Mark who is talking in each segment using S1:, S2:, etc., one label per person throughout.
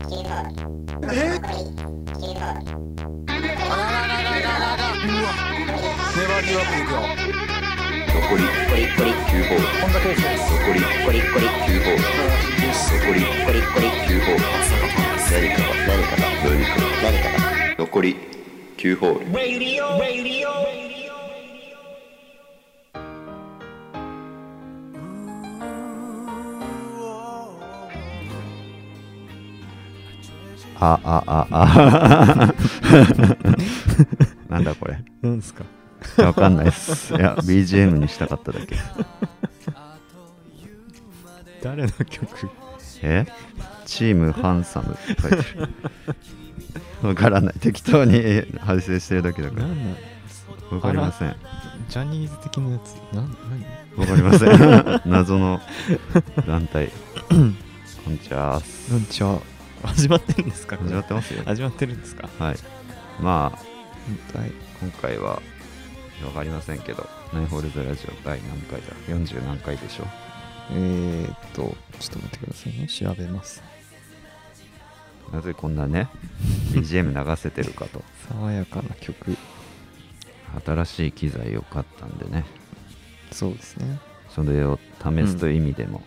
S1: えあらららららららうわ粘りよくいくよ
S2: 残り9ホール
S1: こんなペースです
S2: 残り9ホール残り9ホール何かが何かが何かが何かが残り9ホール
S3: あ、あ、あ、あ。 なんだこれ。
S4: なんですか
S3: いやわかんないっす。いや、BGM にしたかっただけ。
S4: 誰の曲
S3: えチームハンサムって書いてる。わからない。適当にえ派生してるだけだか
S4: なんなん
S3: ら。わかりません。
S4: ジャニーズ的なやつなん何
S3: わかりません。 謎の団体。こんにちは。
S4: なんちゃ始まってるんですかこれ
S3: 始まってますよ。
S4: 始まってるんですか
S3: はい。まあ、
S4: はい
S3: 今回は、わかりませんけど、ナイホールズラジオ第何回だ ?40 何回でしょう
S4: えー、っとちょっと待ってくださいね調べます
S3: なぜこんなね BGM 流せてるかと
S4: 爽やかな曲
S3: 新しい機材を買ったんでね
S4: そうですね
S3: それを試すという意味でも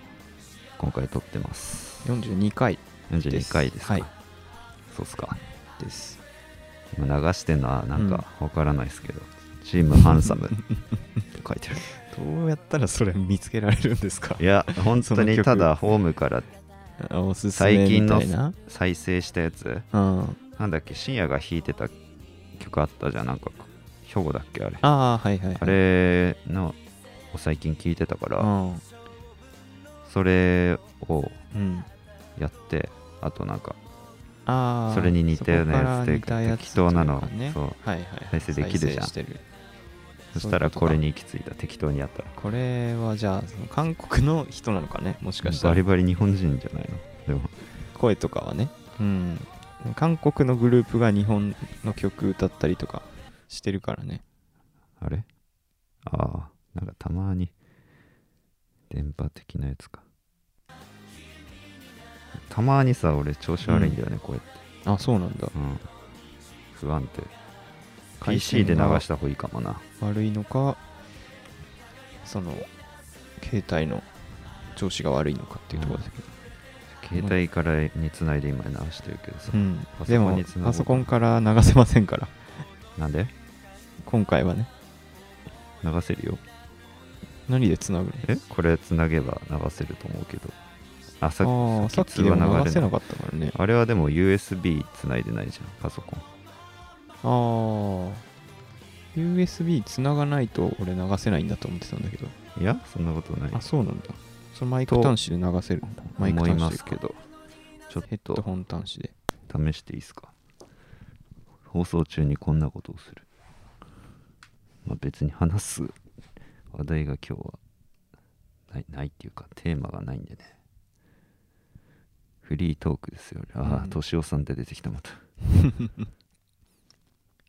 S3: 今回撮ってます、
S4: 42回です
S3: 42回ですか、
S4: はい
S3: そうっすか
S4: です
S3: 今流してんのはなんかわからないですけど、チームハンサ ムって書いてる
S4: どうやったらそれ見つけられるんですか
S3: いや本当にただホームから
S4: あおすす
S3: 最
S4: め
S3: 近
S4: みた
S3: の
S4: いな
S3: 再生したやつ
S4: うん
S3: なんだっけ深夜が弾いてた曲あったじゃんなんか兵庫だっけあれあ
S4: ああはいはいはい
S3: れのを最近聞いてたから、
S4: うん
S3: それを
S4: うん
S3: やってあとなんか
S4: ああ
S3: それに似たようなやつで
S4: そこから似たやつ
S3: 適当なの
S4: とかね
S3: そう
S4: はいはいはい
S3: 再生できるじゃ
S4: 再
S3: ん
S4: 生してる
S3: そしたらこれに行き着いた適当にやったら
S4: これはじゃあその韓国の人なのか ねもしかした
S3: バリ
S4: ら
S3: バリ日本人じゃないのでも
S4: 声とかはねうん韓国のグループが日本の曲歌ったりとかしてるからね
S3: あれああなんかたまに電波的なやつかたまにさ俺調子悪いんだよね、こうやって、
S4: あそうなんだ
S3: うん、不安定
S4: 回線
S3: PC で流
S4: が
S3: した方がいいかもな
S4: 悪いのかその携帯の調子が悪いのかっていうところだけど、
S3: 携帯からにつないで今流してるけどさ、
S4: うん
S3: パソコン
S4: でも
S3: に繋ごう
S4: パソコンから流せませんから
S3: なんで
S4: 今回はね
S3: 流せるよ
S4: 何でつなぐの
S3: えこれつなげば流せると思うけどあさ
S4: ああさ
S3: さ
S4: っ
S3: っ
S4: き
S3: き
S4: で
S3: 通話
S4: も
S3: 流
S4: 流
S3: れ
S4: せ
S3: な
S4: ないかったからね
S3: あれはでも USB つないでないじゃんパソコン
S4: あー USB つながないと俺流せないんだと思ってたんだけど
S3: いやそんなことない
S4: あそうなんだそのマイク端子で流せるんだマイク
S3: 思いま
S4: 端
S3: す
S4: 子
S3: け
S4: で
S3: どちょっ
S4: ヘッド
S3: と
S4: ホン端子で
S3: 試していいですか放送中にこんなことをするまあ別に話す話題が今日はないないっていうかテーマがないんでねフリートークですよあ
S4: う
S3: あ
S4: ん
S3: 敏夫さんって出てきたまた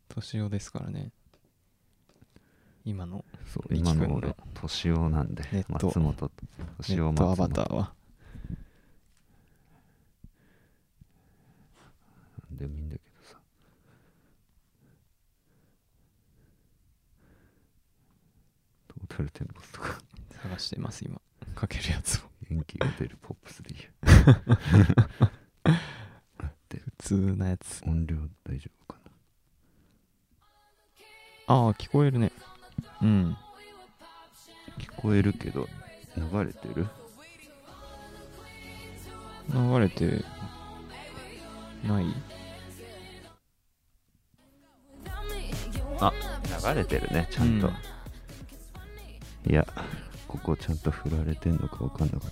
S4: 年をですからね今の
S3: そう
S4: ミキ
S3: 今
S4: 君の
S3: の俺敏夫なんで
S4: ネット
S3: 松本
S4: ネ
S3: 敏
S4: ッ
S3: 夫松
S4: トア
S3: 本
S4: バターは
S3: なんでもいいんだけどさトータルテンボスとか
S4: 探してます今かけるやつを
S3: 元気が出るポップスでいいよ
S4: 普通なやつ
S3: 音量大丈夫かな
S4: ああ聞こえるねうん
S3: 聞こえるけど流れてる
S4: 流れてない
S3: あ流れてるねちゃんと、
S4: うん
S3: いやここちゃんと振られてんのか分かんなかっ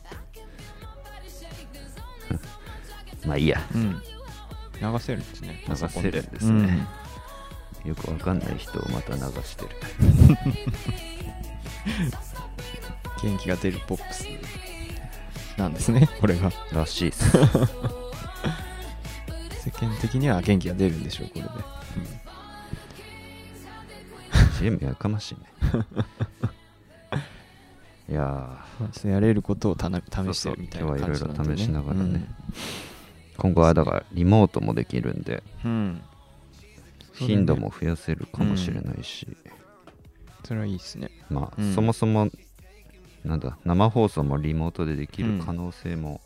S3: た まあいいや
S4: うん流せるんですね
S3: 流せるんですね
S4: パソコンうん
S3: よくわかんない人をまた流してる
S4: 元気が出るポップスなんですね これが
S3: らしいっすうん
S4: 世間的には元気が出るんでしょうこれで
S3: CM やかましいね いや
S4: まあそうやれることをたな
S3: そう
S4: 試してるみたいな
S3: 今日は
S4: 感じなんで、ね、
S3: いろいろ試しながらね
S4: うん
S3: 今後はだからリモートもできるんで
S4: うんそうだね
S3: 頻度も増やせるかもしれないし、
S4: それはいいですね
S3: まあ、
S4: うん
S3: そもそもなんだ生放送もリモートでできる可能性も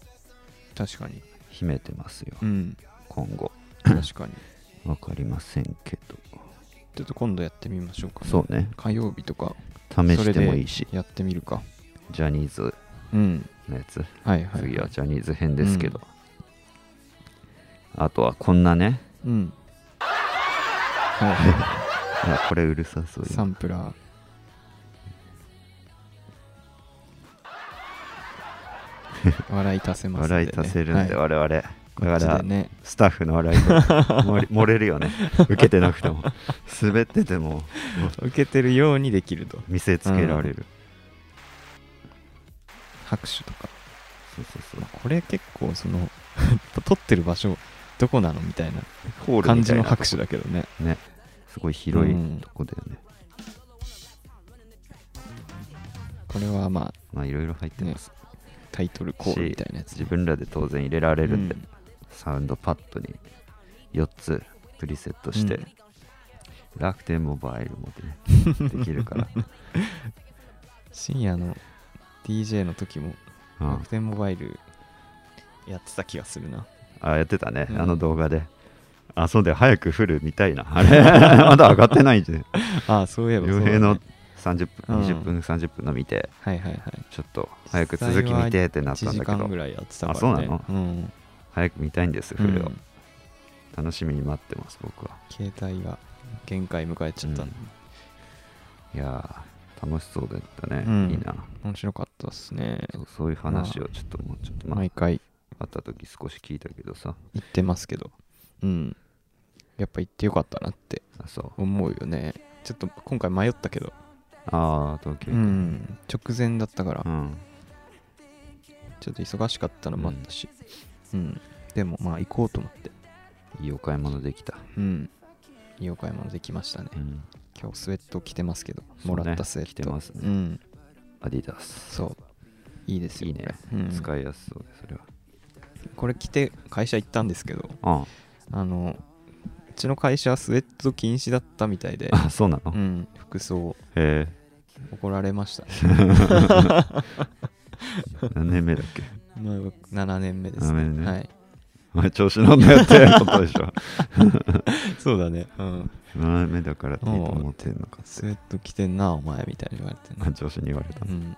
S4: 確かに
S3: 秘めてますよ、
S4: うん
S3: 今後
S4: 確かに
S3: わかりませんけど
S4: ちょっと今度やってみましょうかね
S3: そうね
S4: 火曜日とか
S3: 試してもいいし
S4: やってみるか
S3: ジャニーズ
S4: うん
S3: のやつ
S4: はいはい
S3: 次はジャニーズ編ですけど、あとはこんなね
S4: うんはいは
S3: あこれうるさそう
S4: い
S3: 今
S4: サンプ ラー笑い足せますんでね
S3: 笑い足せるんで、
S4: はい
S3: 我々
S4: こっ
S3: だ
S4: ち
S3: から
S4: でね
S3: スタッフの笑い声漏れ 漏れるよね受けてなくても滑ってても
S4: 受けてるようにできると
S3: 見せつけられる、
S4: 拍手とか
S3: そうそうそう
S4: これ結構その 撮ってる場所どこなのみたいな
S3: ホール
S4: 感
S3: み
S4: じ
S3: たい
S4: の
S3: な
S4: 拍手だけどね
S3: ねすごい広い
S4: うん
S3: とこだよね、
S4: これはまあ
S3: まあいろいろ入ってます、
S4: タイトルコールみたいなやつ
S3: 自分らで当然入れられるんで、
S4: うん
S3: サウンドパッドに4つプリセットして、
S4: うん
S3: 楽天モバイルもね できるから
S4: 深夜の DJ の時も
S3: うん
S4: 楽天モバイルやってた気がするな
S3: あやってたね、
S4: うん
S3: あの動画であそうだよ早く降るみたいな あれ まだ上がってないんで
S4: ああそういえばそう
S3: 傭
S4: だね
S3: 兵の30分、
S4: うん
S3: 20分30分の見て
S4: はいはいはい
S3: ちょっと早く続き見てってなった
S4: 1
S3: ん
S4: 時
S3: だけ
S4: 間
S3: ど
S4: ぐらいやってたから、ね、
S3: あそうなの
S4: うん
S3: 早く見たいんですフルを、
S4: うん
S3: 楽しみに待ってます僕は
S4: 携帯が限界迎えちゃったんで、
S3: いやー楽しそうだったね、
S4: うん
S3: いいな
S4: 面白かったっすね
S3: そうそういう話をちょっともうちょっと、まあ、会
S4: 毎回
S3: った時少し聞いたけどさ
S4: 言ってますけどうんやっぱ行ってよかったなって
S3: あそう
S4: 思うよねちょっと今回迷ったけど、
S3: ああ東京
S4: う
S3: 行く
S4: ん、直前だったから
S3: うん
S4: ちょっと忙しかったのもあったし、うんでもまあ行こうと思って
S3: いいお買い物できた、
S4: うんいいお買い物できましたね
S3: うん、
S4: 今日スウェット着てますけど
S3: そう
S4: も
S3: ね
S4: らったスウェット
S3: 着てますね
S4: うん
S3: アディダス
S4: そういいですよ
S3: いいね
S4: これうん
S3: 使いやすそうでそれは
S4: これ着て会社行ったんですけど
S3: あ
S4: あのうちの会社はスウェット禁止だったみた いで、
S3: ああそうなの、
S4: う
S3: へ
S4: ん、服装
S3: え
S4: 怒られましたね、
S3: 何年目だっけ
S4: まあ7年目です
S3: 七
S4: ね
S3: 年目
S4: はい、
S3: お前調子乗んなよってことでし ょ
S4: そうだね、うん、
S3: 7年目だからいいと思ってんのか
S4: スウェット着てんなお前みたいに言われて
S3: あ
S4: ね、
S3: 調子に言われた
S4: うん、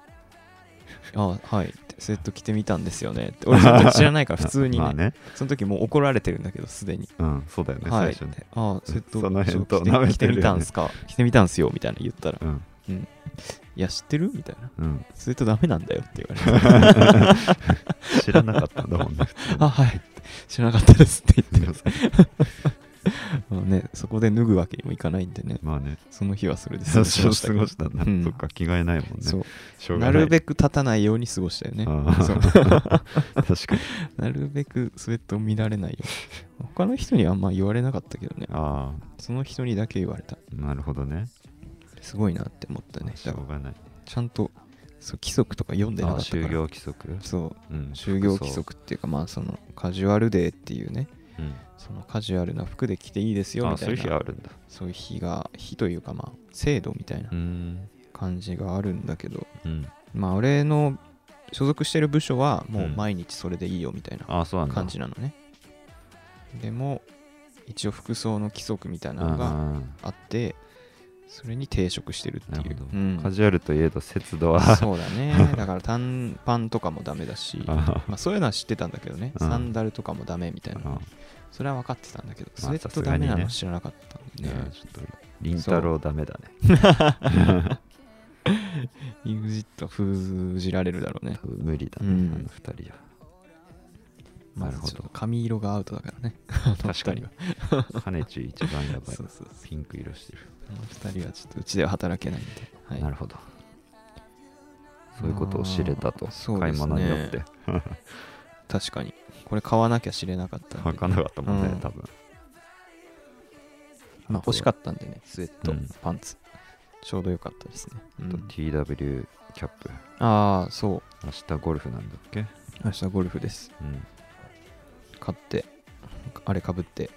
S4: あはいってスウェット着てみたんですよねって俺ちょ っと知らないから普通にね,、
S3: まあね
S4: その時もう怒られてるんだけどすでに
S3: うんそうだよね
S4: は
S3: 最
S4: い
S3: 初に、
S4: あスウェット
S3: その辺と
S4: ちょっ
S3: 舐めてる
S4: 着てみ
S3: よね
S4: たんすか着てみたんすよみたいな言ったら
S3: うん
S4: いや知ってるみたいな
S3: うん
S4: スウェットダメなんだよって言われて
S3: 知らなかったんだも んね普通に
S4: あはい知らなかったですって言 ってまあね、そこで脱ぐわけにもいかないんでね、
S3: まあね
S4: その日はそれで過
S3: 最
S4: ごし
S3: 初
S4: ましたけ
S3: 過
S4: ど
S3: ごしたんだ、
S4: うん
S3: そっか着替えないもんね
S4: そう
S3: しょうが
S4: な
S3: ない
S4: るべく立たないように過ごしたよね。
S3: ああ
S4: そう
S3: 確かに
S4: なるべくスウェットを見られないように。他の人にはあんま言われなかったけどね、
S3: あ
S4: その人にだけ言われた。
S3: あなるほどね
S4: すごいなって思ったね。
S3: し
S4: だ
S3: ょ
S4: から
S3: うがない
S4: ちゃんとそう規則とか読んでな
S3: あ
S4: か
S3: あ
S4: ったから。
S3: 就業規則
S4: そう
S3: うん
S4: 就業規
S3: 服装
S4: 則っていうか、まあ、そのカジュアルデーっていうね、
S3: うん
S4: そのカジュアルな服で着ていいですよ
S3: あ
S4: み
S3: あ
S4: た
S3: そういう
S4: い
S3: 日
S4: な、
S3: あるんだ
S4: そういう日が、日というか、まあ、制度みたいな
S3: うん
S4: 感じがあるんだけど、
S3: うん
S4: まあ俺の所属してる部署はもううん毎日それでいいよみたいな
S3: ああそうなんだ
S4: 感じなのね、でも一応服装の規則みたいなのが
S3: ああ
S4: あってそれに抵触してる
S3: な
S4: ってい
S3: る
S4: う
S3: ほど、
S4: うん
S3: カジュアルといえど節度は
S4: そうだね だから短パンとかもダメだし
S3: あ
S4: まあ、そういうのは知ってたんだけどね、
S3: うん
S4: サンダルとかもダメみたいな
S3: あ
S4: それは分かってたんだけどス
S3: まあ
S4: ウェットダメなの知らなかったん
S3: い
S4: で
S3: や
S4: ね
S3: ちょっとりんたろうダメだね
S4: EXIT は封じられるだろうね
S3: 多分無理だね、
S4: うん
S3: あの二人は
S4: ま
S3: なる
S4: ず
S3: ほど
S4: ち ょっと髪色がアウトだからね
S3: 確かに かねち一番やばい
S4: そうそうそう
S3: ピンク色してる、
S4: この2人はちょっとうちでは働けないんで、はい、
S3: なるほどそういうことを知れたと、
S4: まあそう
S3: 買
S4: で
S3: い
S4: すね
S3: 物によって
S4: 確かにこれ買わなきゃ知れなかったんで
S3: 履かなかったもんね、
S4: うん
S3: 多分
S4: まあ、欲しかったんでねスウェット、
S3: うん
S4: パンツちょうど良かったですね、うん
S3: あと TW キャップ
S4: ああそう
S3: 明日ゴルフなんだっけ
S4: 明日ゴルフです
S3: うん
S4: 買買ってあれかぶって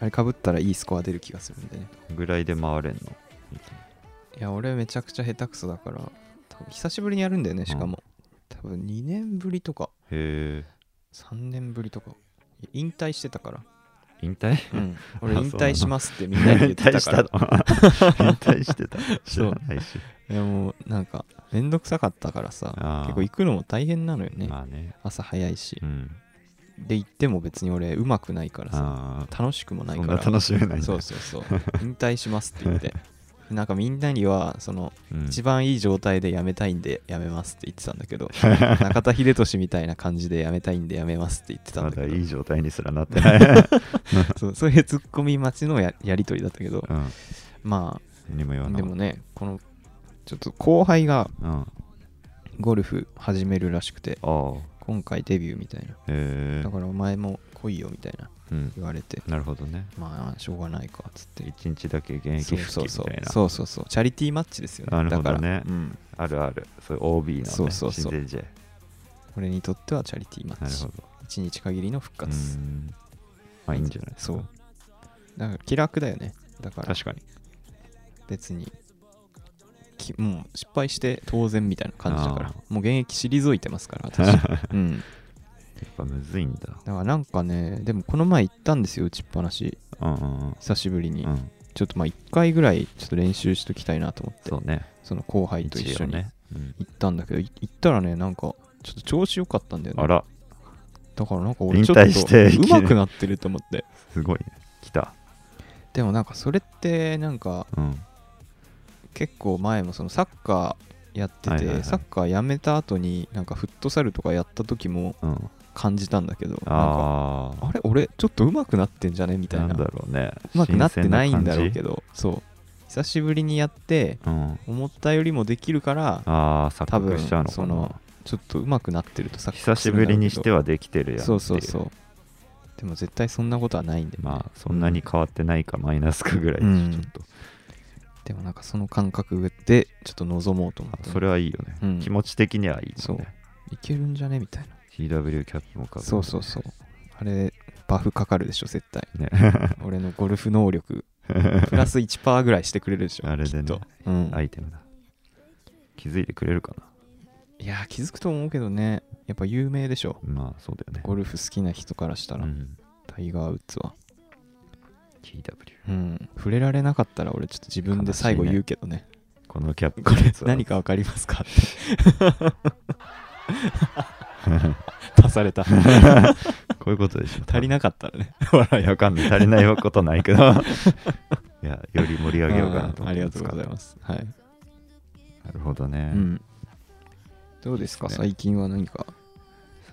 S4: あれかぶったらいいスコア出る気がするんでね
S3: ぐらいで回れんの
S4: いや俺めちゃくちゃ下手くそだから多分久しぶりにやるんだよねしかも、多分2年ぶりとか
S3: へえ
S4: 3年ぶりとかいや引退してたから、
S3: 引退
S4: うん、
S3: あ
S4: 俺
S3: そう
S4: 引
S3: な
S4: 退
S3: の
S4: しますってみん
S3: 引
S4: なに言って
S3: 退
S4: た
S3: し
S4: か
S3: た
S4: ら
S3: の引退してた知
S4: そう
S3: らないし、
S4: いやもうなんかめんどくさかったから
S3: あ
S4: さ
S3: ー
S4: 結構行くのも大変なのよね、
S3: まあね
S4: 朝早いし
S3: うん
S4: で行っても別に俺うまくないからさ
S3: ああ
S4: 楽しくもない
S3: そ
S4: から
S3: んな楽しめないんだ
S4: そうそう そう引退しますって言ってなんかみんなにはその
S3: うん
S4: 一番いい状態で辞めたいんで辞めますって言ってたんだけ ど中田英寿みたいな感じで辞めたいんで辞めますって言ってたん
S3: ま
S4: だ
S3: だ
S4: けど
S3: いい状態にすらなっ てない、
S4: そうそういうツッコミ待ちのややり取りだったけど
S3: うん、
S4: ま
S3: 何も言わ
S4: あ
S3: な
S4: で
S3: かっ
S4: もねこのちょっと後輩が
S3: た、うん、あ
S4: ゴルフ始めるらしくて
S3: あ
S4: 今回デビューみたいな
S3: へえ
S4: だからお前も来いよみたいな
S3: うん、
S4: 言われて
S3: なるほどね
S4: まあしょうがないかっつって
S3: 一日だけ現役復帰
S4: そう
S3: み
S4: そう
S3: たいな
S4: そうそうそうチャリティーマッチですよね
S3: なるほどね
S4: だから、うん、
S3: あるあるそういう OB の、ね、
S4: そうそうそう
S3: 新人 J
S4: 俺にとってはチャリティーマッ
S3: なる
S4: チ
S3: ほど
S4: 一日限りの復
S3: う
S4: 活
S3: んまあいいんじゃないですか
S4: そうだから気楽だよねだから
S3: 確かに
S4: 別にきもう失敗して当然みたいな感じだから
S3: あ
S4: もう現役退いてますから 私、うん、だ
S3: やっぱむずいんだ
S4: からなんかねでもこの前行ったんですよ打ちっぱなし
S3: うんうんうん
S4: 久しぶりに、
S3: うん
S4: ちょっとまあ1回ぐらいちょっと練習しときたいなと思って
S3: そうね
S4: その後輩と一緒に行
S3: ね、うん、
S4: ったんだけどい行ったらねなんかちょっと調子良かったんだよね
S3: あら
S4: だからなんか俺ちょっ
S3: 引退していきな
S4: と上
S3: り
S4: 手くなってると思って
S3: すごいね来た
S4: でもなんかそれってなんか
S3: うん
S4: 結構前もそのサッカーやってて、
S3: はいはいはい
S4: サッカーやめた後になんかフットサルとかやった時も
S3: うん
S4: 感じたんだけどなんか
S3: ああ
S4: あれ俺ちょっと上手くなってんじゃねみたい
S3: なん
S4: な
S3: だろうね
S4: 上手くなってないんだろうけ
S3: ど、
S4: どそう久しぶりにやって
S3: うん、
S4: 思ったよりもできるから
S3: ああ錯
S4: 多分
S3: 覚しちゃうの
S4: そ
S3: か
S4: の
S3: な
S4: ちょっと上手くなってるとサッカー
S3: 久しぶりにして
S4: は
S3: はできてるやんってい
S4: そうそうそうでも絶対そんなことはないんで、ね、
S3: まあそんなに変わってないかマイナスかぐらいで
S4: うん
S3: ちょっと、
S4: でもなんかその感覚でちょっと望もうと思って
S3: あそれはいいよね、
S4: うん
S3: 気持ち的にはいい
S4: そ
S3: よ
S4: う
S3: ね
S4: いけるんじゃねみたいな
S3: CW キャップもかぶ
S4: そうそうそうあれバフかかるでしょ絶対
S3: うね
S4: 俺のゴルフ能力プラス1%ぐらいしてくれるでしょ
S3: あれでね
S4: きっとうん
S3: アイテムだ気づいてくれるかない
S4: やー気づくと思うけどねやっぱ有名でしょ
S3: まあそうだよね
S4: ゴルフ好きな人からしたら、
S3: うん、
S4: タイガー・ウッズは
S3: TW
S4: うん触れられなかったら俺ちょっと自分で最後言うけどね
S3: このキャップ
S4: これ
S3: 実は
S4: 何かわかりますかって足され た
S3: こういうことでしょ
S4: 足りなかったらね
S3: 笑いわかんない足りないことないけど いやより盛り上げようかなと
S4: うん
S3: 思
S4: あ
S3: っ
S4: りが
S3: てま
S4: と
S3: す
S4: う
S3: か
S4: ござ
S3: ら
S4: いますはい
S3: なるほどね、
S4: うん、どうですか
S3: いいっすね
S4: 最近は何か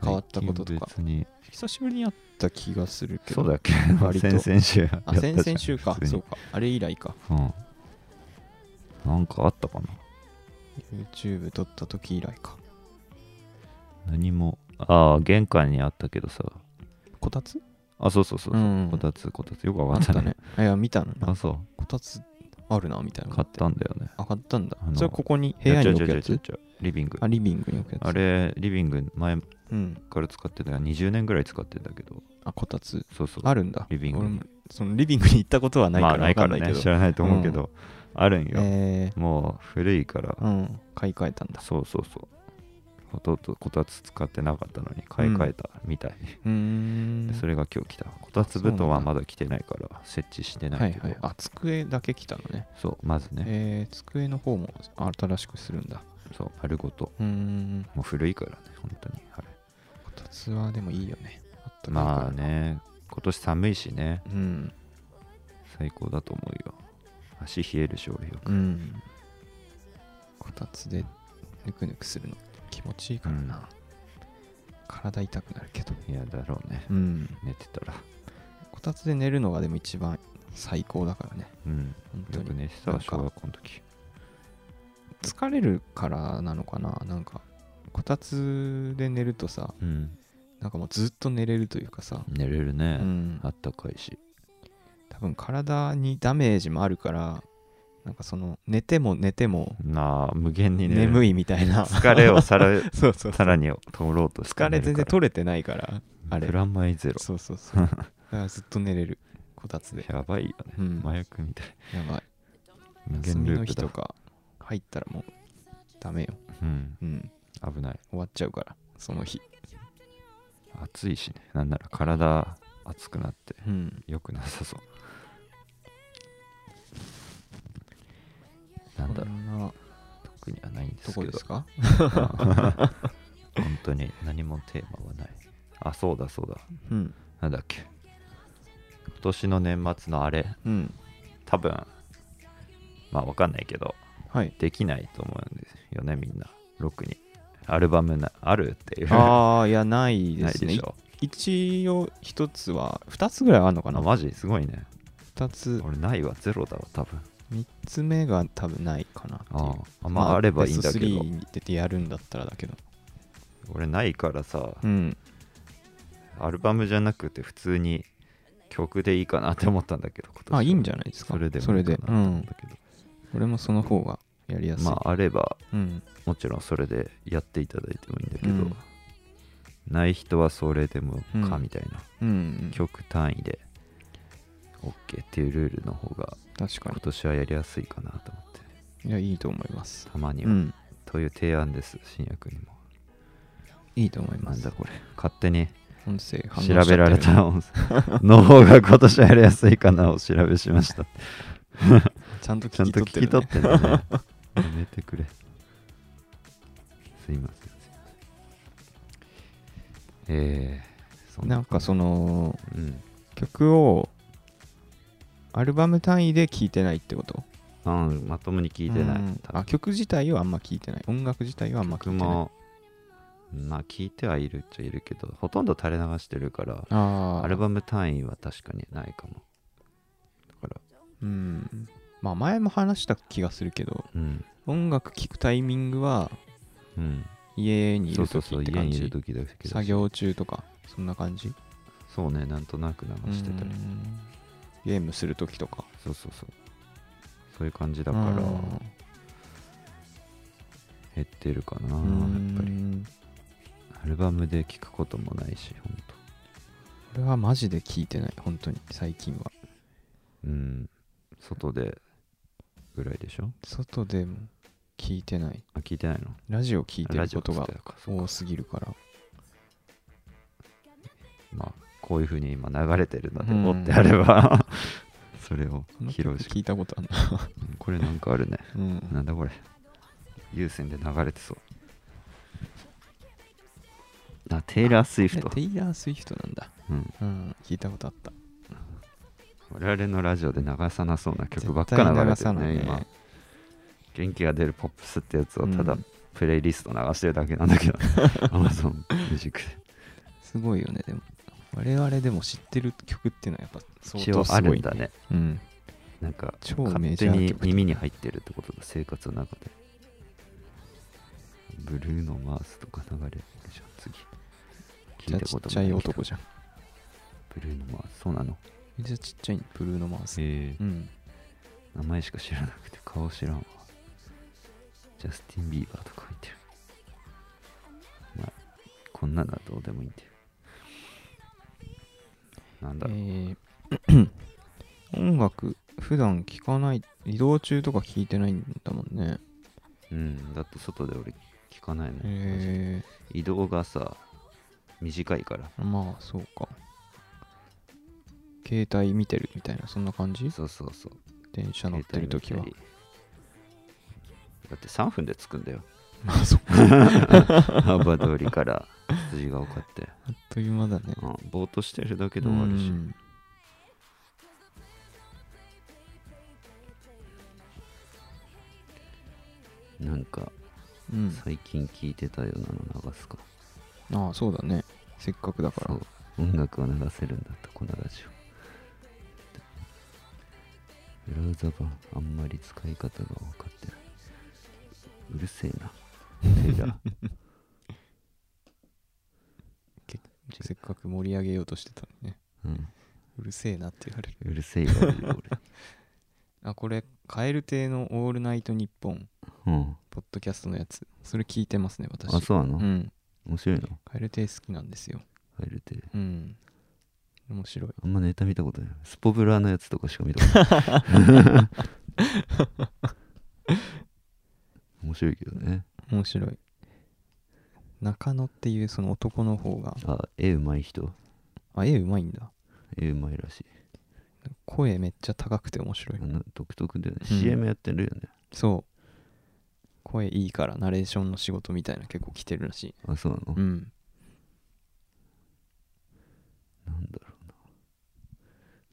S4: 変わったこととか
S3: 最近別に
S4: 久しぶりに会った気がするけど
S3: そうだっけ
S4: 割と
S3: 先々週やった
S4: あ
S3: じゃん
S4: 先々週か
S3: 普通
S4: そう
S3: に
S4: かあれ以来か
S3: うんなんかあったかな
S4: YouTube 撮った時以来か
S3: 何もああ玄関にあったけどさ
S4: こたつ
S3: あそうそうそうそう、
S4: うん
S3: こたつこたつよく
S4: あ
S3: わ
S4: っ
S3: かったた
S4: ね
S3: ね
S4: いや見たの
S3: あそ
S4: こたつあるなみたいうな
S3: 買ったんだよね
S4: あ買ったんだ
S3: あの
S4: それはここに部屋に置く
S3: い
S4: や
S3: ちょ
S4: つ
S3: ちょちょちょリビング
S4: あリビングに置くやつ
S3: あれリビング前
S4: うん
S3: から使ってたから20年ぐらい使ってんだけど
S4: あこたつ
S3: そうそう
S4: あるんだ
S3: リビング
S4: 俺
S3: に
S4: もそのリビングに行ったことはない
S3: ま
S4: か
S3: あ
S4: ら
S3: な
S4: わ
S3: い
S4: か
S3: か
S4: んな
S3: ら
S4: いけ
S3: ね
S4: ど
S3: 知らないと思うけど、あるんよ、
S4: え
S3: もう古いから、
S4: ーうん買い替えたんだ
S3: そうそうそうほとんどこたつ使ってなかったのに買い替えたみたい、
S4: うーん
S3: でそれが今日来たこたつ布団はまだ来てないから設置してな
S4: はいい
S3: けど、
S4: はいあ机だけ来たのね
S3: そうまずね
S4: えー、机の方も新しくするんだ
S3: そう丸ごと
S4: うーん
S3: もう古いからね本当にあれ
S4: こたつはでもいいよねあったかいから
S3: まあね今年寒いしね
S4: うん
S3: 最高だと思うよ足冷えるし俺よく、
S4: うんこたつでぬくぬくするの気持ちいいからな、
S3: うん
S4: 体痛くなるけど
S3: いやだろうね
S4: うん
S3: 寝てたら
S4: こたつで寝るのがでも一番最高だからね
S3: うん
S4: 本当
S3: よく
S4: に
S3: 寝てた
S4: な
S3: わ
S4: んか
S3: 小学校の時
S4: 疲れるからなのかななんかこたつで寝るとさ
S3: うん
S4: なんかもうずっと寝れるというかさ、
S3: 寝れる
S4: う
S3: ね、
S4: ん
S3: あ、ったかいし
S4: 多分体にダメージもあるからなんかその寝ても寝ても
S3: なあ無限にね
S4: 眠
S3: い
S4: いみたい な
S3: 疲れをさ ら
S4: そうそう
S3: さらに取ろうとして
S4: 疲れ全然
S3: る
S4: 取れてないから
S3: から
S4: あれ
S3: プラマイゼロ
S4: そうそう そうだからずっと寝れるこたつで
S3: やばいよね、
S4: うん
S3: 麻薬みたい
S4: やばい
S3: 無
S4: 休
S3: 限
S4: み
S3: ル
S4: の
S3: ープ
S4: 日
S3: だ
S4: とか入ったらもうダメよ
S3: うん
S4: うん
S3: 危ない
S4: 終わっちゃうからその日
S3: 暑いしねなんなら体熱くなって
S4: うん
S3: 良くなさそうなんだろう
S4: こんな
S3: 特にはないんで
S4: と
S3: す
S4: こ
S3: け
S4: で
S3: ど
S4: すか
S3: 本当に何もテーマはないあそうだそうだ
S4: うん
S3: なんだっけ今年の年末のあれ
S4: うん
S3: 多分まあわかんないけど
S4: はい
S3: できないと思うんですよねみんなロックにアルバムなあるっていう
S4: ああいやないで
S3: ない
S4: す
S3: で
S4: ね
S3: し
S4: い
S3: ょ
S4: 一応一つは二つぐらいあるのか
S3: あ
S4: な
S3: マジすごいね
S4: 二つ
S3: 俺ないわゼロだわ多分
S4: 三つ目が多分ないかなっていう
S3: ああまああればいいんだけ
S4: ベス
S3: ど
S4: ト3に出てやるんだったらだけど
S3: 俺ないからさ
S4: うん
S3: アルバムじゃなくて普通に曲でいいかなって思ったんだけど今年は
S4: あいいんじゃないですか
S3: それでも
S4: それで
S3: いいか
S4: う
S3: なと思っ
S4: ん
S3: たけど
S4: 俺もその方がやりやすい、
S3: まああれば
S4: うん
S3: もちろんそれでやっていただいてもいいんだけど、
S4: うん
S3: ない人はそれでもか
S4: うん
S3: みたいな、
S4: うんうん
S3: 曲単位で OK っていうルールの方が
S4: 確か
S3: 今年はやりやすいかなと思って
S4: にいやいいと思います
S3: たまに
S4: う
S3: は、
S4: ん
S3: という提案です新薬にも
S4: いいと思いま
S3: なん
S4: す
S3: だこれ勝手に
S4: 音声反応しち
S3: 調
S4: ゃって
S3: べ
S4: る
S3: られた音声 の方が今年はやりやすいかなを調べしました
S4: ちゃんと
S3: ちゃ
S4: 聞
S3: ん
S4: き
S3: と
S4: 取ってる、ね、
S3: 聞き取ってんだね。やめてくれ。すいません。すいませんえー、そ
S4: なんかその
S3: うん。
S4: 曲をアルバム単位で聴いてないってこと
S3: あーまともに聞いてな
S4: うん
S3: い。多分
S4: あ曲自体はあんま聴いてない音楽自体はあんま聴
S3: 僕
S4: いてない
S3: も、まあ聞いてはいるっちゃいるけど、ほとんど垂れ流してるから、
S4: ああ
S3: アルバム単位は確かにないかも。だから、
S4: うんまあ前も話した気がするけど
S3: うん。
S4: 音楽聴くタイミングは
S3: うん、
S4: 家にい
S3: そう
S4: る
S3: そう
S4: 時
S3: そう、
S4: って
S3: 家
S4: 感
S3: にいる
S4: じ
S3: 時だけど
S4: 作、業中とかそんな感じ
S3: そうね、なんとなく流してたり
S4: う、んゲームする時とか
S3: そうそうそう、そういう感じだから、減ってるかな、やっぱり。
S4: り
S3: アルバムで聴くこともないし、ほんと。
S4: これはマジで聞いてない本当に最近は
S3: うん。外でぐらいでしょ
S4: 外でも聞いてない
S3: あ、聞いてないの
S4: ラジオ聞いて
S3: ラ
S4: る
S3: ジオ
S4: ことが
S3: 聞いてたかそうか
S4: 多すぎるから
S3: まあ、こういうふうに今流れてるので、
S4: うん
S3: 持ってあれば、 それを
S4: この
S3: 披
S4: 曲
S3: 露し
S4: 聞いたことあるな、
S3: うんこれなんかあるね。
S4: うん、
S3: なんだこれ。有線で流れてそう。あ、テイラー・スウィフト
S4: テ。イラー・スウィフトなんだ、
S3: うん、
S4: うん、聞いたことあった
S3: 我々のラジオで流さなそうな曲ばっか
S4: 絶対
S3: 流
S4: 流
S3: れて
S4: さ
S3: る
S4: ない
S3: ね、
S4: ね
S3: 今。元気が出るポップスってやつをただ
S4: うん
S3: プレイリスト流してるだけなん だけど、Amazon Music です
S4: ごいよねでも我々でも知ってる曲っていうのはやっぱ相
S3: 一
S4: 当
S3: 応
S4: す
S3: あ
S4: ご
S3: る
S4: い
S3: んだね。
S4: うん、
S3: なんか
S4: 超メ
S3: 勝
S4: ジ
S3: 手
S4: ャー
S3: に
S4: 曲
S3: 耳に入ってるってことだ、生活の中で。ブルーノ・マースとか流れてるじゃん、次。
S4: じ
S3: 聞
S4: ゃ
S3: い
S4: あ
S3: た
S4: ちっ
S3: こと
S4: ちゃ
S3: もな
S4: い
S3: いけど
S4: 男じゃん
S3: ブルーノ・マース、そうなの。
S4: めっちゃちっちゃいブルーノ・マース、
S3: へ
S4: うん
S3: 名前しか知らなくて顔知らんわジャスティン・ビーバーとか入ってるまあこんなのはどうでもいいんだよなんだろう、
S4: えー 音楽普段聴かない移動中とか聴いてないんだもんね
S3: うんだって外で俺聞かないの、
S4: え
S3: 移動がさ短いから
S4: ー、まあそうか携帯見てるみたいなそんな感じ
S3: そうそうそう
S4: 電車乗ってる時は
S3: 携帯見たりだって3分で着くんだよ
S4: ま あそっか
S3: ハーバー通りから筋が多かって、
S4: あっという間だね
S3: うん、ぼーっとしてるだけで終わるし
S4: うん
S3: なんか
S4: うん
S3: 最近聞いてたようなの流すか
S4: ああそうだねせっかくだから
S3: そう音楽を流せるんだとこのラジオブラウザ版あんまり使い方が分かってないうるせえなテイラー
S4: せっかく盛り上げようとしてたのにね
S3: うん
S4: うるせえなって言われる
S3: うるせえよ俺
S4: あこれ「蛙亭のオールナイトニッポン
S3: うん」
S4: ポッドキャストのやつそれ聞いてますね私
S3: あそうなの、
S4: うん
S3: 面白いの
S4: 蛙亭好きなんですよ
S3: 入れて
S4: うん面白い
S3: あんまネタ見たことないスポブラのやつとかしか見たことない 面白いけどね
S4: 面白い中野っていうその男の方が
S3: あ絵うまい人
S4: あ絵うまいんだ
S3: 絵うまいらしい
S4: 声めっちゃ高くて面白い
S3: あの独特だよね、
S4: うん
S3: CM やってるよね
S4: そう声いいからナレーションの仕事みたいな結構来てるらしい
S3: あそうな
S4: う
S3: の、
S4: ん
S3: なんだろうな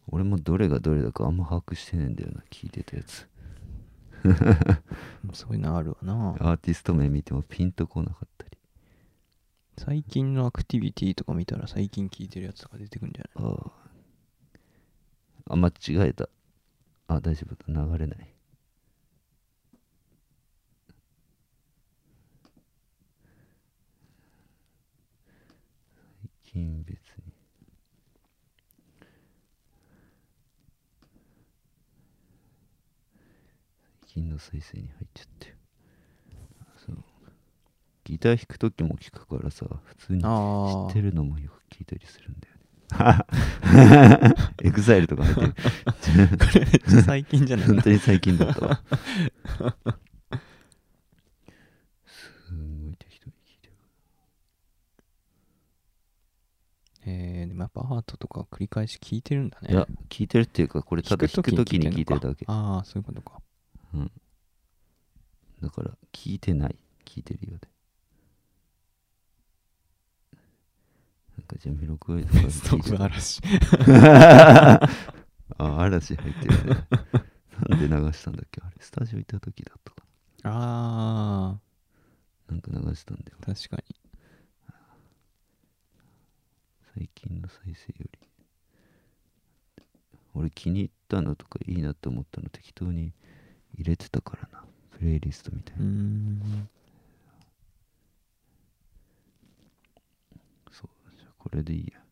S3: 俺もどれがどれだかあんま把握してねえんだよな聞いてた やつ
S4: そういうのあるわな
S3: アーティスト名見てもピンとこなかったり
S4: 最近のアクティビティとか見たら最近聴いてるやつとか出てくるんじゃない
S3: あーあ間違えたあ大丈夫だ流れない最近別に最近の再生に入っちゃってるそうギター弾く時も聞くからさ普通に
S4: あ
S3: 知っ
S4: あ
S3: てるのもよく聞いたりするんだよ ね。エグザイルとか入って る。
S4: 最近じゃない
S3: 本当に最近だったわ。すんごい適当に聞いてる。
S4: えー、でもやっぱアートとか繰り返し聞いてるんだね
S3: いや、聞いてるっていうか、これただ弾くときに聞いてるだけ。
S4: ああそういうことか
S3: だから、聞いてない。聞いてるようで。なんか、ジャミロクワイとか
S4: ベスト
S3: 聞い てる。
S4: 嵐
S3: あ、嵐入ってるね。なんで流したんだっけあれ、スタジオ行った時だったか
S4: あ
S3: な。なんか流したんだよ。
S4: あ確かに
S3: 最近の再生より俺気に入ったのとかいいなと思ったの適当に入れてたからなプレイリストみたいう
S4: ー
S3: な、
S4: ん
S3: じゃあこれでいいや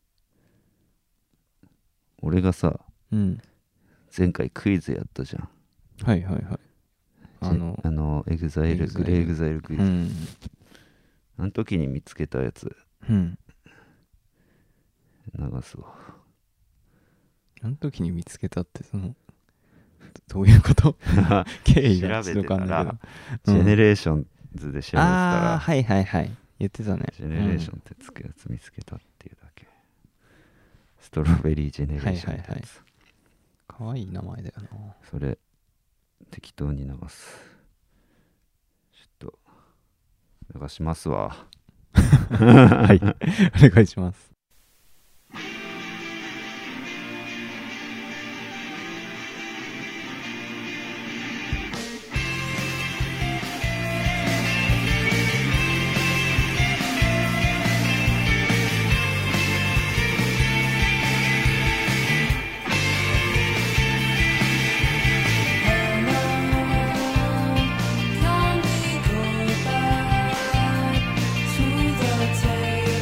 S3: 俺がさ
S4: うん
S3: 前回クイズやったじゃん
S4: はいはいはいあの
S3: あのエグザイルグレーエグザイルクイ
S4: う
S3: ズ、
S4: ん
S3: あの時に見つけたやつ
S4: うん
S3: 流すわ
S4: あの時に見つけたってそのどどういうこと 経緯が
S3: 調
S4: ちょ
S3: べ
S4: ってと
S3: た
S4: わかん ないけ
S3: ら
S4: ど、
S3: ジ
S4: うん
S3: ェネレーションズで調べてた
S4: ああー
S3: ら、
S4: はいはいはい言ってたね
S3: ジェネレーションってつくやつ見つけたっていうだけストロベリージェネレーションってやつ、
S4: はいはいはいかわいい名前だよな
S3: それ適当に流すちょっと流しますわ
S4: はいお願いします
S5: Can't we go back to the table?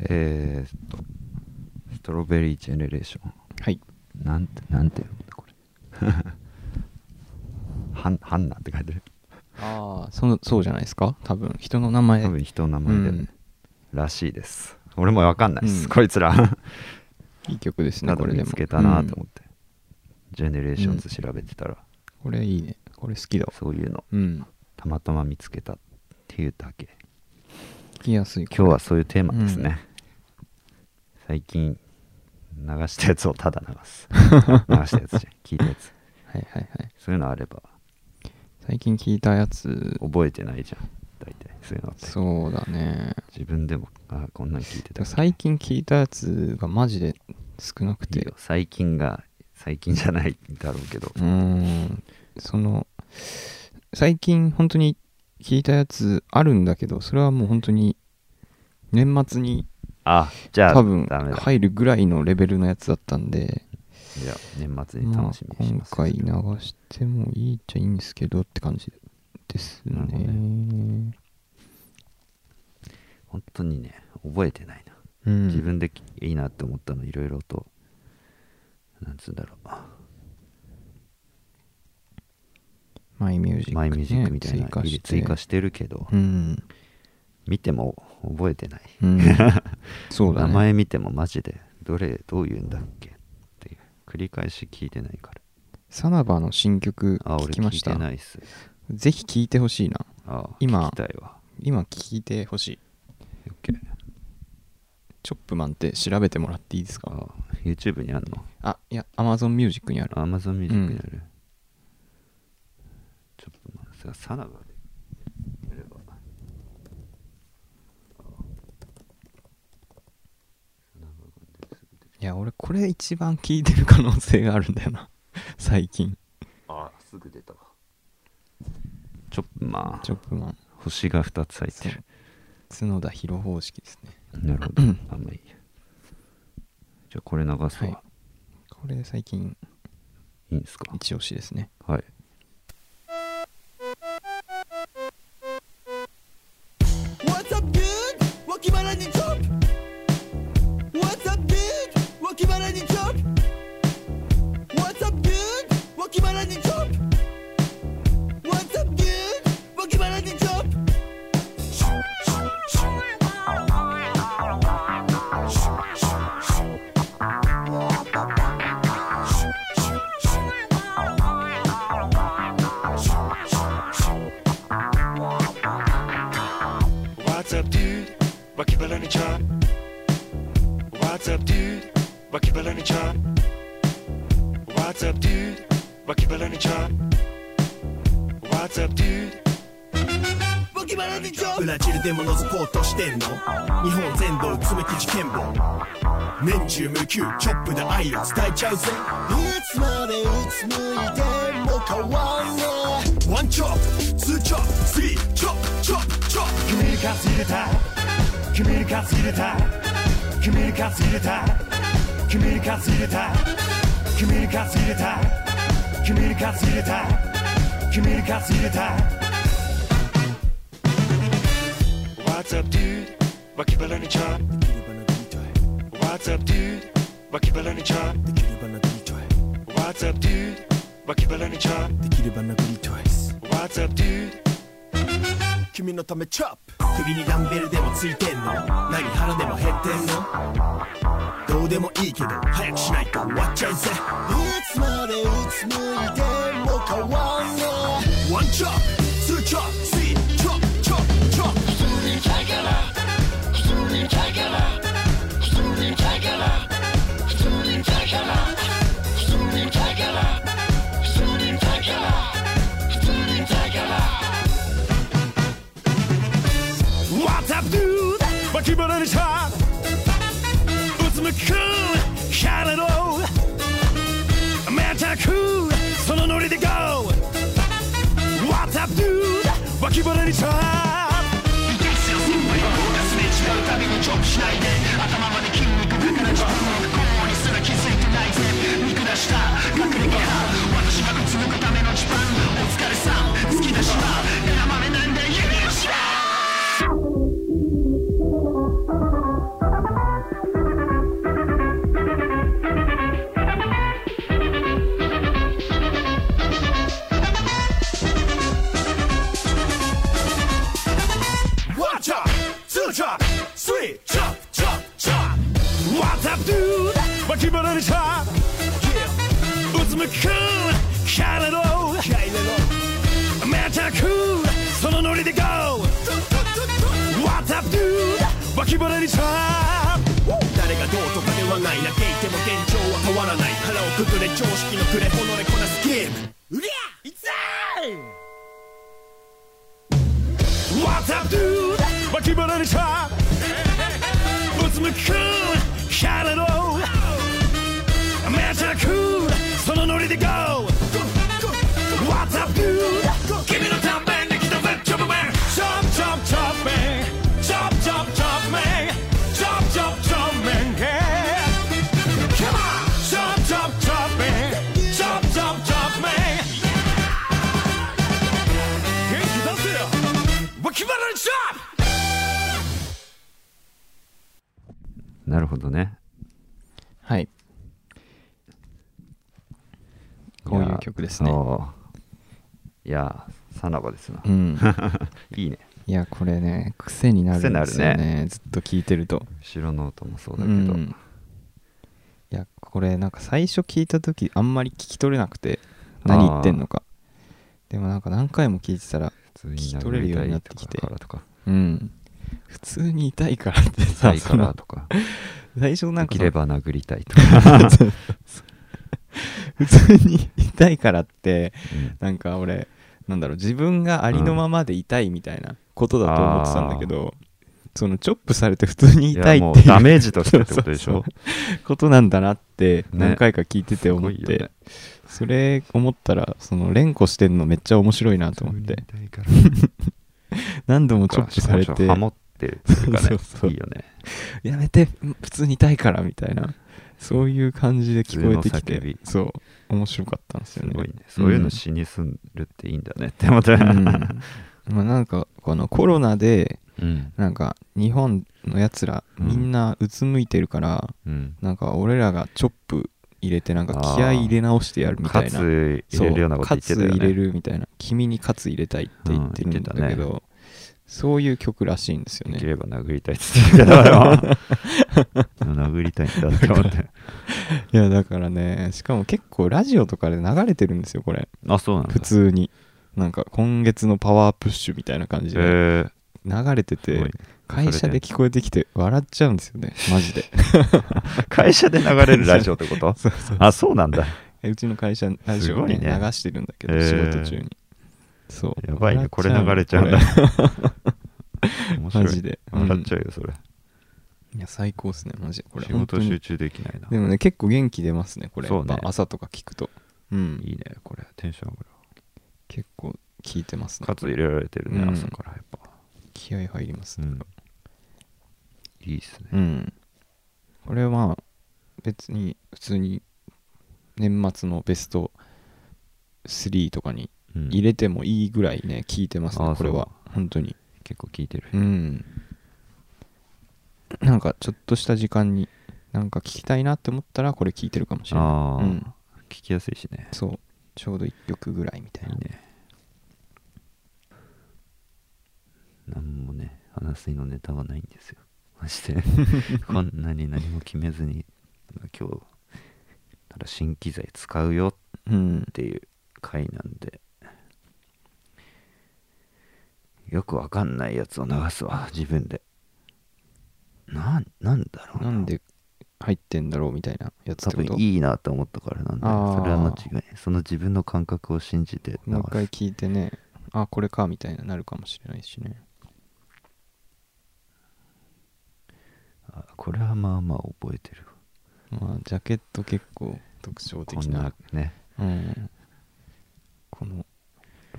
S3: えー、っと、ストロベリージェネレーション。
S4: はい
S3: なんて、なんて読むんだ、これ。 ハンハンナって書いてる。
S4: ああそのそうじゃないですか多分人の名前
S3: 多分人の名前で、
S4: うん
S3: らしいです。俺もわかんないで
S4: う
S3: す、
S4: ん
S3: こいつら。
S4: いい曲ですね
S3: な
S4: こ
S3: ど
S4: れで
S3: 見
S4: も
S3: つけたな
S4: うん
S3: と思って。ジェネレーションズ調べてたら、
S4: これいいねこれ好きだ
S3: そういうの、
S4: うん
S3: たまたま見つけたっていうだけ。
S4: 聞きやすい
S3: 今日はそういうテーマですね、最近流したやつをただ流 す流したやつじゃん聞いたやつ
S4: はいはいはい
S3: そういうのあれば
S4: 最近聞いたやつ
S3: 覚えてないじゃん大体そういうのって
S4: そうだね
S3: 自分でもあこんなん聞いてたっけ
S4: 最近聞いたやつがマジで少なく
S3: いい
S4: て
S3: よ最近が最近じゃないだろうけど
S4: うーんその最近本当に聞いたやつあるんだけどそれはもう本当に年末に
S3: あじゃあ
S4: 多分
S3: ダメだ
S4: 入るぐらいのレベルのやつだったんで、
S3: じゃあ年末に
S4: まあ
S3: 楽しみにし
S4: 今
S3: ます、
S4: 回流してもいいっちゃいいんですけどって感じです
S3: なるほど
S4: ね。
S3: 本当にね覚えてないな、
S4: うん
S3: 自分でいいなって思ったのいろいろとなんつうんだろう
S4: マイミュージック、ね、
S3: マイミュージックみたい
S4: 追
S3: な
S4: 加して
S3: 追加してるけど、
S4: うん、
S3: 見ても覚えてない、
S4: うん そうだね
S3: 名前見てもマジでどれどういうんだっけっていう繰り返し聞いてないから
S4: サナバの新曲
S3: あ
S4: 聞
S3: 俺
S4: きま
S3: 聞
S4: し
S3: いて
S4: た
S3: ないっす
S4: ぜひ聞いてほしいな
S3: あ
S4: 今
S3: 聞きたいわ
S4: 今聞いてほしい
S3: OK
S4: チョップマンって調べてもらっていいですか
S3: あ YouTube にあんの
S4: あいや Amazon ミュージックにある
S3: Amazon ミュージックにある、ちょっと待ってサナバでやれば
S4: いや俺これ一番聞いてる可能性があるんだよな最近
S3: あすぐ出たわちょっとま
S4: チ
S3: あ
S4: ョップマン
S3: 星が2つ入ってる
S4: 角田博方式ですね
S3: なるほどあんまいいやじゃあこれ流すわ、
S4: はいこれ最近
S3: いいんですか
S4: 一押しですね
S3: はい。
S1: What's up, dude? 脇腹にチョップ What's up, dude? 脇腹にチョップ What's up, dude? 脇腹にチョップ What's up, dude? 脇腹にチョップ
S5: What's up, dude? Rocky Baloney Chop. What's up, dude? Rocky Baloney Chop. What's up, dude? Rocky Baloney Chop. What's up, dude?
S1: 脇腹にチョップ
S6: ブラジルでも覗こうとしてんの日本全土うつめき事件簿年中無休チョップで愛を伝えちゃうぜいつまでうつむいても変わんねえワンチョップツーチョップスリーチョップチョップチョップ
S5: 君に勝つ入れた君に勝つ入れた君に勝つ入れた君に勝つ入れた君に勝つ入れた君に勝つ入れた君に勝つ入れた What's up dude? 脇腹にチョッ
S6: できればなビートへ
S5: What's up dude? 脇腹にチョッ
S6: できればなビートへ
S5: What's up dude? 脇腹にチョッ
S6: できればなビートへ
S5: What's up dude?
S6: 君のためチョップ首にダンベルでもついてんの何腹でも減ってんのどうでもいいけど早くしないと終わっちゃうぜいつまでうつむいても変わんねえワンチョップツーチョップスリーチョップチョップチョップ
S5: ワタブ脇腹にさうつむく体のめちゃくそのノリで GO ワタブ脇腹にさ
S6: 「
S5: チョップスイッチョップチョップチョップ What's up dude 脇腹にチョップうつむくキャラロキャラロめちゃくそのノリで GO What's up dude 脇腹にチョップ
S6: 誰がどうとかではない嘆いても現状は変わらない腹をくぐれ常識のくれ己こなすゲームうりゃいつ
S5: What's up dude 脇腹にチョップうつむくキャラロめちゃくそのノリで GO What's up, dude? 君のために来たぜ、チョップメン。チョップチョップチョップメン。チョップチョップチョップメン。チョップチョップチョップメン。Yeah. Come on! チョップチョップチョップメン。チョップチョップチョップメン。元気出せよ。脇腹にチョップ
S3: なるほどね
S4: はいこういう曲ですね
S3: いやーいやーさらばですな、
S4: うん
S3: いいね
S4: いやこれね癖になるんですよ
S3: 癖にな
S4: ねずっと聴いてると
S3: 後ろの音もそうだ
S4: う
S3: けど、
S4: んいやこれなんか最初聞いた時あんまり聞き取れなくて何言ってんのかでもなんか何回も聞いてたら
S3: 普通に
S4: 聞き取れるようになってきて
S3: 殴りたいとか
S4: うん普通に痛いからってさ
S3: 痛いからとか
S4: その最初なん
S3: で
S4: か
S3: きれば殴りたいとか、
S4: 普通に痛いからって
S3: うん
S4: なんか俺なんだろう自分がありのままで痛いみたいなことだと思ってたんだけど、そのチョップされて普通に痛いっ
S3: や
S4: て
S3: もう
S4: いう
S3: ダメージとしてってことでし
S4: そう
S3: ょ
S4: そうそうことなんだなって何
S3: ね
S4: 回か聞いてて思っ
S3: すごい
S4: て、
S3: よね
S4: それ思ったらその連呼してんのめっちゃ面白いなと思って
S3: 痛いから
S4: 何度もチョップされ
S3: しかも
S4: て
S3: ハモってるっていうかね
S4: そうそうそう
S3: いいよね
S4: やめてうん普通に痛いからみたいなそういう感じで聞こえてき
S3: 普通の叫び
S4: てそう面白かったんです
S3: す
S4: よね
S3: ごいねそういうの死にするっていいんだねって思った
S4: うんまあなんかこのコロナで
S3: うん
S4: なんか日本のやつら
S3: うん
S4: みんなうつむいてるから、
S3: うん
S4: なんか俺らがチョップ入れてなんか気合い入れ直してやるみたいな
S3: カツ入れるようなこと言ってたよね
S4: そうカツ入れるみたいな君にカツ入れたいって言ってるんだ
S3: うん言っ
S4: け
S3: て
S4: ど、
S3: た
S4: そういう曲らしいんですよ
S3: でき
S4: ね
S3: れば殴りたいって言ってたけど俺も殴りたいんだって思って
S4: いやだからねしかも結構ラジオとかで流れてるんですよこれ
S3: あそうなんだ
S4: 普通になんか今月のパワープッシュみたいな感じで
S3: え
S4: 流れてて、
S3: すごいね
S4: 会社で聞こえてきて笑っちゃうんですよねマジで
S3: ー会社で流れるラジオってこと
S4: そう そう
S3: あ そうなんだ
S4: えうちの会社ラジオをね、
S3: すごいね
S4: 流してるんだけど、
S3: へー
S4: 仕事中にそう
S3: やばいねこれ流れちゃうんだ
S4: 笑っちゃう
S3: 面白い
S4: マジで、うん
S3: 笑っちゃうよそれ
S4: いや最高っすねマジでこれ
S3: 仕事
S4: 本当
S3: 集
S4: に
S3: 中できないな
S4: でもね結構元気出ますねこれ
S3: そうね
S4: やっぱ朝とか聞くとうん
S3: いいねこれテンション上がる
S4: 結構聞いてますね
S3: カツ入れられてるね、
S4: うん
S3: 朝からやっぱ、
S4: 気合入ります
S3: う
S4: ね
S3: ん、いいっすね、
S4: うん、これは別に普通に年末のベスト3とかに
S3: うん
S4: 入れてもいいぐらいね聞いてます
S3: あ
S4: ね
S3: ー
S4: これは
S3: そ
S4: 本当に
S3: 結構聞いてる、
S4: うん、なんかちょっとした時間になんか聞きたいなって思ったらこれ聞いてるかもしれ
S3: あ
S4: な
S3: ー
S4: い、うん、
S3: 聞きやすいしね
S4: そうちょうど1曲ぐらいみたい
S3: い
S4: ない
S3: ねなんもね話すのネタはないんですよまして こんなに何も決めずに今日から新機材使うよっ
S4: うん
S3: っていう回なんでよくわかんないやつを流すわ自分でなんなんだろう
S4: なんで入ってんだろうみたいなやつっ
S3: 多
S4: てこ
S3: 分
S4: と
S3: いいなと思ったからなんだ
S4: あー
S3: よそれは間違いないその自分の感覚を信じて流
S4: もう一回
S3: す
S4: 聞いてねあこれかみたいななるかもしれないしね
S3: あこれはまあまあ覚えてるわ
S4: まあジャケット結構特徴
S3: こ
S4: 的
S3: ん
S4: な
S3: なね
S4: うん、このロ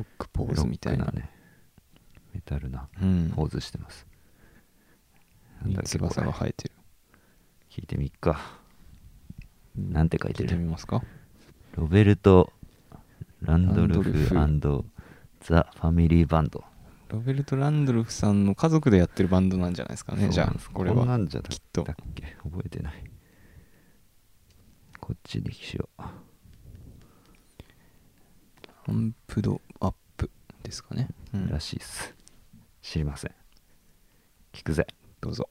S4: ックポーズみたいな
S3: ロックねメタルな
S4: うん
S3: ポーズしてます、なんだっけこ
S4: 翼
S3: れ
S4: が生えてる
S3: 聞いてみっかなんて書いて
S4: 聞いて
S3: る
S4: みますか
S3: ロベルト・ランドル
S4: ラ
S3: フ
S4: ン
S3: ザ・ファミリーバンド。
S4: ロベルト・ランドルフさんの家族でやってるバンドなんじゃないですかね、じゃあ、これ
S3: んな
S4: は。
S3: んじゃな
S4: きっと
S3: だっけ覚えてない。こっちにしよう。
S4: アンプドアップですかね。うん
S3: らしいっす。知りません。聞くぜ。
S4: どうぞ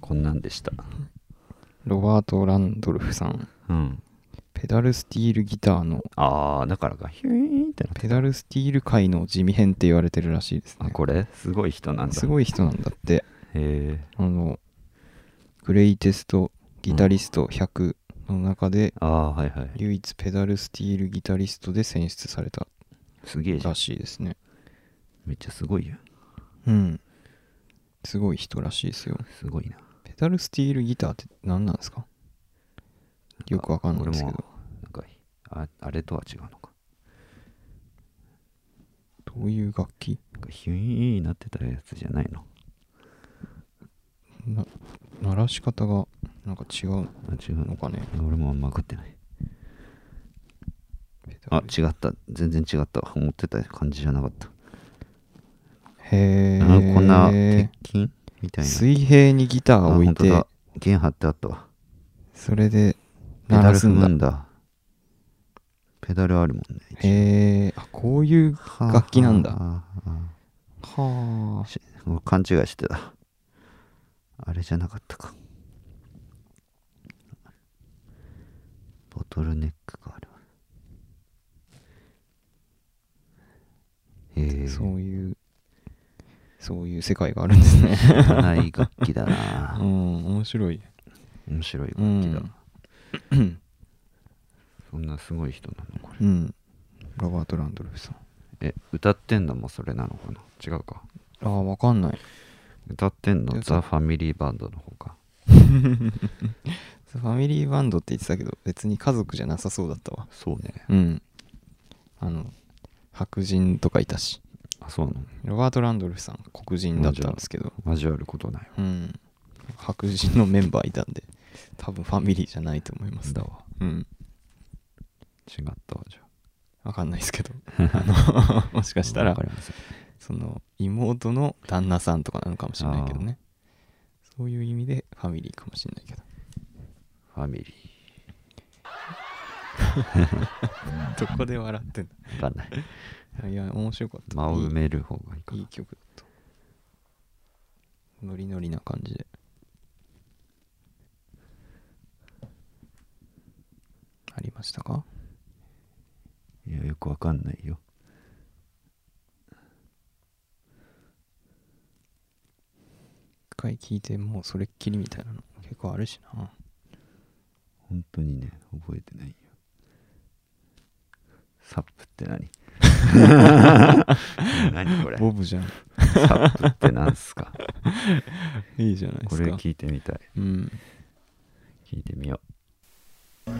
S5: こんなんでした
S4: ロバート・ランドルフさん
S5: うん
S4: ペダルスティールギターの
S5: ああだからかヒュイーンってなって
S4: ペダルスティール界の地味編って言われてるらしいです
S5: あ
S4: ね
S5: これすごい人なんだ
S4: すごい人なんだって
S5: へえ
S4: あのグレイテストギタリスト100の中で
S5: ああはいはい
S4: 唯一ペダルスティールギタリストで選出された
S5: すげえじゃん
S4: らしいですね
S5: めっちゃすごいやん
S4: うんすごい人らしいですよ
S5: すごいな
S4: ペダルスティールギターって何なんですかよくわかんないですけ
S5: 俺
S4: ど
S5: もなんかああれとは違うのか
S4: どういう楽器
S5: なんかヒュイーンなってたやつじゃないの
S4: な鳴らし方がなんか違う
S5: あ違う
S4: の
S5: の
S4: か
S5: か
S4: ね
S5: 俺もあんま分かってない
S4: ペダ
S5: あ
S4: ル
S5: 違った全然違った思ってた感じじゃなかった、
S4: へえ
S5: あこんな鉄筋みたいな
S4: 水平にギター
S5: あ
S4: を置い
S5: 本当
S4: て
S5: だ弦張ってあったわ
S4: それで
S5: ペ
S4: 鳴
S5: ダ
S4: ら
S5: ル
S4: す
S5: 踏
S4: ん
S5: む
S4: だ
S5: んだペダルあるもんね一応
S4: へえあこういう
S5: はあ
S4: 楽器なんだは
S5: はあは
S4: あ
S5: あしもう勘違いしてたあれじゃなかったかボトルネックがあるへ え
S4: そういうそういう世界があるん ですね
S5: 知らない楽器だ
S4: う
S5: なん
S4: 面白い
S5: 面白い楽
S4: う
S5: 器だ、
S4: ん、
S5: そんなすごい人なのこれ
S4: うん、ロバート・ランドルフさん
S3: え歌ってんのもそれなのかな違うか
S4: ああわかんない
S3: 歌ってんの
S4: やつ
S3: ザ・ファミリーバンドの方か
S4: ファミリーバンドって言ってたけど別に家族じゃなさそうだったわ
S3: そうね
S4: うんあの白人とかいたし
S3: あそうなの
S4: ロバート・ランドルフさん黒人だったんですけど
S3: 交わることない
S4: うん白人のメンバーいたんで多分ファミリーじゃないと思います
S3: だわ
S4: うん
S3: 違ったわじゃ
S4: わかんないです けどあのもし か
S3: あ
S4: したら
S3: わかりません
S4: その妹の旦那さんとかなのかもしれないけどねそういう意味でファミリーかもしれないけど
S3: ファミリ
S4: どこで笑ってん
S3: ーわかん ない
S4: のいや面白かった
S3: 間を埋める方がいいか
S4: いい
S3: ない
S4: 曲だとノリノリな感じでありましたか
S3: いやよくわかんないよ
S4: 一回聴いてもうそれっきりみたいなの結構あるしな
S3: 本当にね覚えてないよサップって何 何これ
S4: ボブじゃん
S3: サップって何すか
S4: いいじゃないで
S3: こ
S4: す
S3: れ
S4: か
S3: 聞いてみたい
S4: うん
S3: 聞いてみよう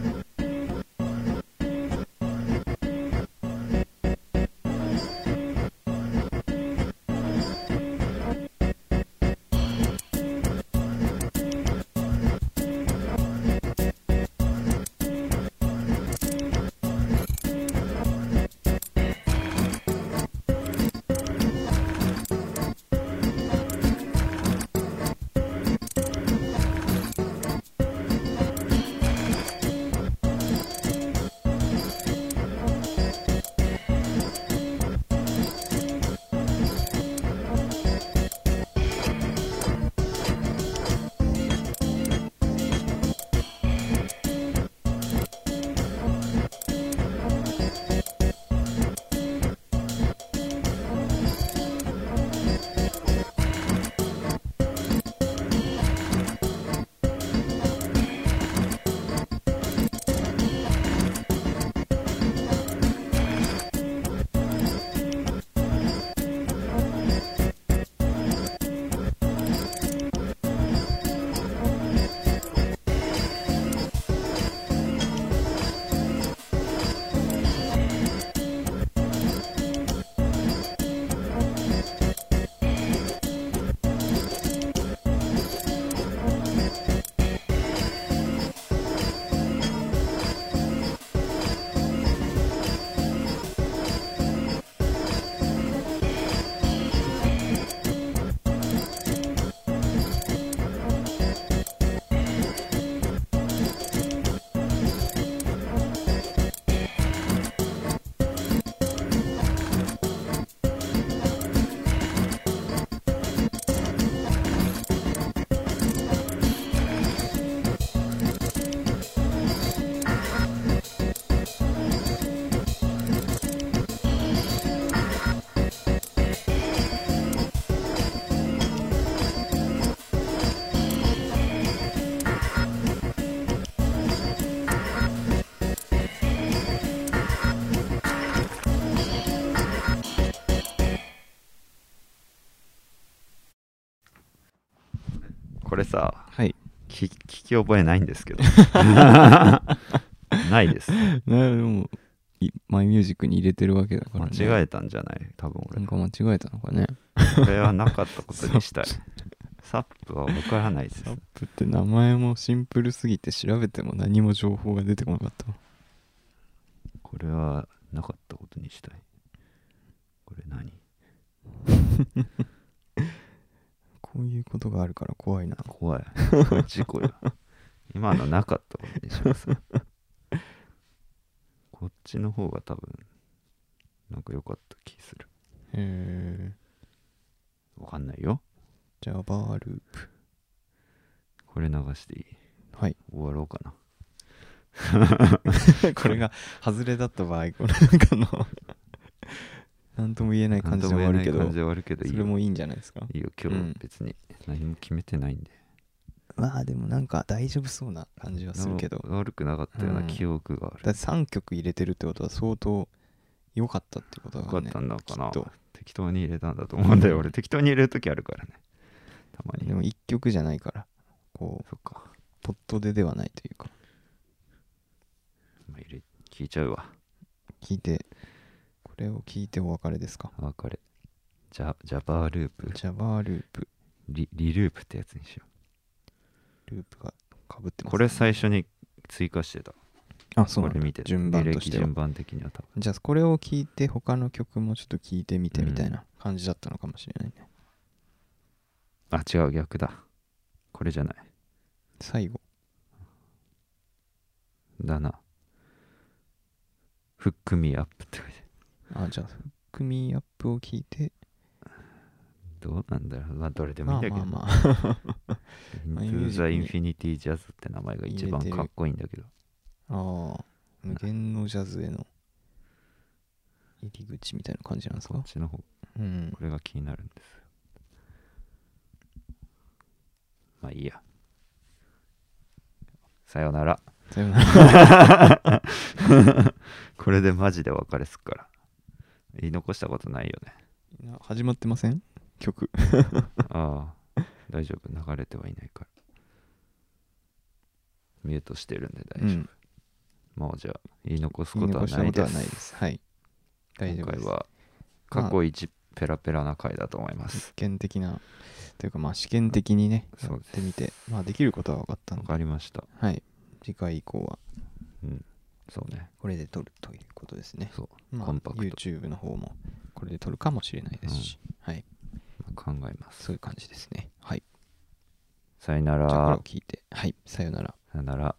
S3: これさ
S4: はい
S3: 聞聞き覚えないんですけど ないです
S4: なでもいマイミュージックに入れてるわけだから、ね、
S3: 間違
S4: え
S3: えたんじゃない多分
S4: なん
S3: 俺
S4: か間違えたのかね
S3: これはなかったことにしたい サップは分からないです
S4: サップって名前もシンプルすぎて調べても何も情報が出てこなかったわ
S3: これはなかったことにしたいこれ何
S4: こういうことがあるから怖いな
S3: 怖いこれ 事故よ今のなかったことにしますこっちの方が多分なんか良かった気する
S4: へえ
S3: 分かんないよ
S4: じゃあバール
S3: これ流していい
S4: はい
S3: 終わろうかな
S4: これが外れだった場合これなんかの何とも言えない感じで終わるけど
S3: なんとも言えない感じで終わるけどい
S4: そ
S3: い
S4: れ
S3: よ
S4: もいいんじゃないですか
S3: いいよ今
S4: うん
S3: 日別に何も決めてないんで、
S4: まあでもなんか大丈夫そうな感じはするけど
S3: なんか悪くなかったような
S4: うん
S3: 記憶がある、
S4: だって3曲入れてるってことは相当良かったってこと
S3: よ
S4: だ
S3: か
S4: よ
S3: っ
S4: ね。
S3: たんだかな、
S4: きっと
S3: 適当に入れたんだと思うんだよ俺適当に入れる時あるからねたまに
S4: でも一曲じゃないから、こ
S3: そっか、
S4: う、ポットでではないというか、
S3: まあ、入れ聞いちゃうわ
S4: 聞いて、これを聞いてお別れですか。
S3: あ別れジャジャバーループ
S4: ジャバーループ、
S3: リリループってやつにしよ
S4: ループがかぶって
S3: う
S4: ます、
S3: これ、最初に追加してた
S4: あ、そう
S3: こ
S4: なん
S3: れ
S4: だ
S3: 見て
S4: 順番
S3: 履
S4: と
S3: 歴
S4: しては
S3: 順。番的には多分
S4: じゃあ、これを聞いて、他の曲もちょっと聞いてみてみたいな感じだったのかもしれないね。
S3: あ違う逆だこれじゃない
S4: 最後、
S3: だなフックミーアップって書いてある
S4: あ、じゃあ、フックミーアップを聞いて、
S3: どうなんだろうまあどれでもいい
S4: まあ
S3: んだけ
S4: ま
S3: ど
S4: あまあ、
S3: イン
S4: まあ
S3: トゥーザ・インフ
S4: Music
S3: ィニティ・ジャズって名前が一番
S4: 入れてる
S3: かっこいいんだけど
S4: ああ、無限のジャズへの入り口みたいな感じなんです
S3: そ
S4: か
S3: っ。ちの方こ
S4: うん。
S3: れが気になるんですよまあいいやさよなら
S4: さよなら。
S3: これでマジで別れすっから言い残したことないよね
S4: な始まってません曲。
S3: ああ大丈夫流れてはいないからミュートしてるんで大丈夫、
S4: うん
S3: もうじゃあ言い残す
S4: 言
S3: こ
S4: い
S3: と
S4: 残
S3: は
S4: した
S3: な
S4: こ
S3: い
S4: と
S3: で
S4: は
S3: す
S4: ないです。はい。大丈夫
S3: 今
S4: で
S3: 回
S4: す。
S3: は
S4: まあ
S3: 過去一ペラペラな回だと思います、
S4: 実験的な、というかまあ試験的にね、や
S3: そう
S4: っ
S3: です
S4: てみて、まあできることは分かった
S3: わ
S4: ので、
S3: かりました
S4: はい。次回以降は
S3: うんそうね
S4: これで撮るということですね。
S3: そう
S4: ま
S3: コ
S4: あ
S3: ンパクト
S4: YouTube の方もこれで撮るかもしれないですし、はい。
S3: 考えます
S4: そういう感じですね。はい。
S3: さよな
S4: じゃあこれ
S3: ら
S4: を聞いて、はい。さよなら。
S3: さよなら